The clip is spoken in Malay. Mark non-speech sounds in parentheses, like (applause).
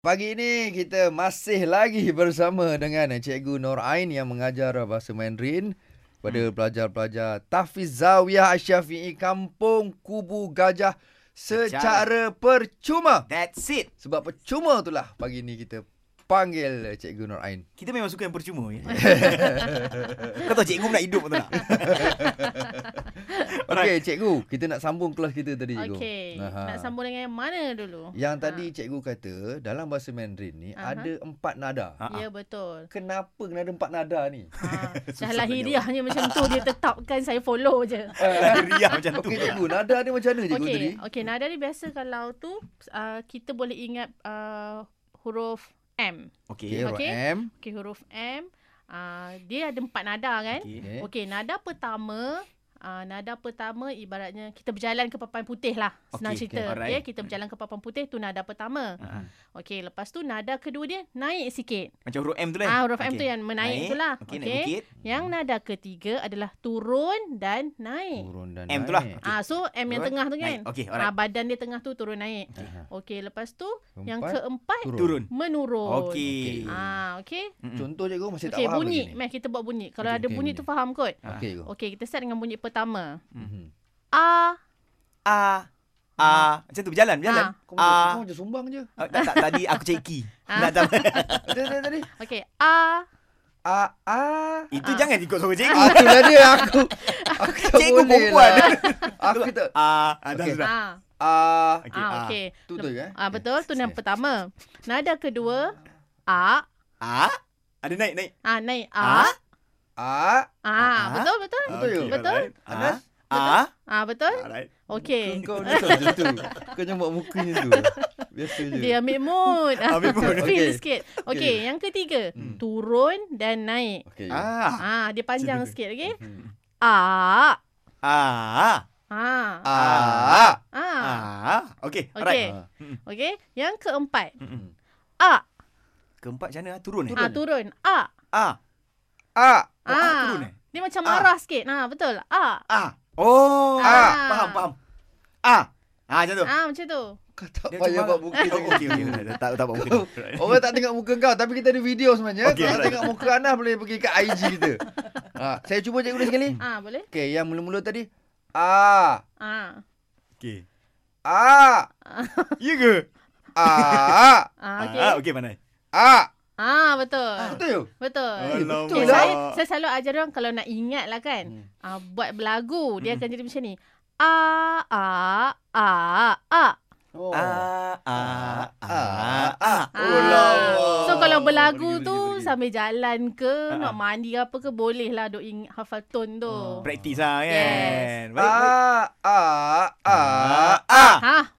Pagi ini kita masih lagi bersama dengan Cikgu Nur Ain yang mengajar bahasa Mandarin pada hmm. pelajar-pelajar Tahfiz Zawiyah Asyafi'i Kampung Kubu Gajah secara percuma. That's it. Sebab percuma itulah pagi ini kita panggil Cikgu Nur Ain. Kita memang suka yang percuma. (laughs) Ya? Kau tahu cikgu nak hidup betul tak? Okey, cikgu, kita nak sambung kelas kita tadi cikgu. Okey. Aha. Nak sambung dengan yang mana dulu? Yang tadi cikgu kata dalam bahasa Mandarin ni Aha. ada empat nada. Ha. Ha. Ya (laughs) betul. Kenapa kena ada empat nada (laughs) ni? Ha. Susah Dah tanya lahiriahnya macam tu dia tetapkan saya follow je. Riah macam tu. Okey cikgu, nada dia macam mana cikgu tadi? Okey, okey nada ni biasa kalau tu uh, kita boleh ingat uh, huruf M. Okey. Okey, Okey. M. Okey huruf M uh, dia ada empat nada kan? Okey. Okey. Okey, okay, nada pertama Uh, nada pertama ibaratnya kita berjalan ke papan putih lah. Senang Okey, okey, okay, cerita. Okay, alright. Kita berjalan ke papan putih tu nada pertama. Ha. Okey, lepas tu nada kedua dia naik sikit. Macam huruf M tu lah. Ah, huruf M Okey. tu yang menaik tu lah. Okey, naik bukit. Yang nada ketiga adalah turun dan naik. Turun dan M naik. tu lah. Ah, so M yang Turun, tengah tu kan. Naik. Okey, Ah, alright. badan dia tengah tu turun naik. Aha. Okey, lepas tu Keempat, yang keempat Turun. menurun. Okey. Ah, okey. Mm-mm. Contoh cikgu masih tak Okey, faham bunyi. Ah. lagi ni. Meh kita buat bunyi. Kalau Okey, ada okey, bunyi bunyi. tu faham kot. Okey cikgu. Okey, kita start dengan bunyi pertama. Mhm. A. A. A. Macam tu berjalan, berjalan. Ah. Kau macam, A. kau macam sumbang je. Ah, tak, tak, tadi aku ceki. (laughs) Ah. Nak tak- Tadi tadi tadi. Okey, A. A a. Itu (laughs) Ah. jangan ikut suara cikgu. Aku lah dia aku. Aku tak Cikgu boleh perempuan. lah. (laughs) Aku tak. Ah, ah, dah Okey. sudah. Ah. A. Okey. Ah, Ah. okey. Tu tu eh. Ah, betul. Tu yang Okey. pertama. Nada kedua A. A. Ada naik, naik. Ah, naik Ah. A. A. Ah, Ah. betul betul. Betul Okey, you? Betul? alright. Ah. Anas? Ah. Ah, betul. Alright. Okey. Kau ni tahu macam tu. Kau jangan buat mukanya tu. Biasa je. Dia ambil mood. Ambil (laughs) mood. Feel Okey. sikit. Okey, Okey. yang ketiga. Hmm. Turun dan naik. Okey. you. Ah. Ah, dia panjang Macam tu. sikit, okey? Hmm. Ah. Ah. Ah. A. Ah. Ah. Okey, alright. Okey. Hmm. Hmm. Okey, yang keempat. Mm-mm. A. Keempat macam mana? Ah, Turun eh? Ah, turun. A. Ah. A. Oh, ah, turun eh? Dia macam Ah. marah sikit. Ha, betul. A. Ah. Oh. Ah. Ah. Faham, faham. Ah. Ah, macam tu. Ah, macam tu. Kau tak Dia payah buat macam marah. muka Oh, macam okey, okey. tu. Tak tak buat muka. Kau- Orang tak tengok muka kau Tapi kita ada video sebenarnya Okey, okay, Kalau alright. tengok muka Anas Boleh pergi ke IG kita ha, Saya cuba cikgu dia sekali Ah, boleh? Okay yang mula-mula tadi A Ah. Okey. A Ya ke? A Ah, okey. Ah, okey pandai. A Ah, betul. Betul you? Betul. Eh, betul Alamak. Okay, lah. saya, saya selalu ajar orang kalau nak ingat lah kan. Hmm. Hmm. Uh, buat berlagu. Mm-mm. Dia akan jadi macam ni. A, A, A, A. Oh. Ah, ah, ah, ah. Ah. Oh, lawak. So kalau berlagu Pergi, tu pergi, pergi. sambil jalan ke, Ah, nak ah. mandi apa ke boleh lah duk ing- hafal tone tu. Ah. Praktis lah kan. Yes. Baik, baik. A A Ah. Ha?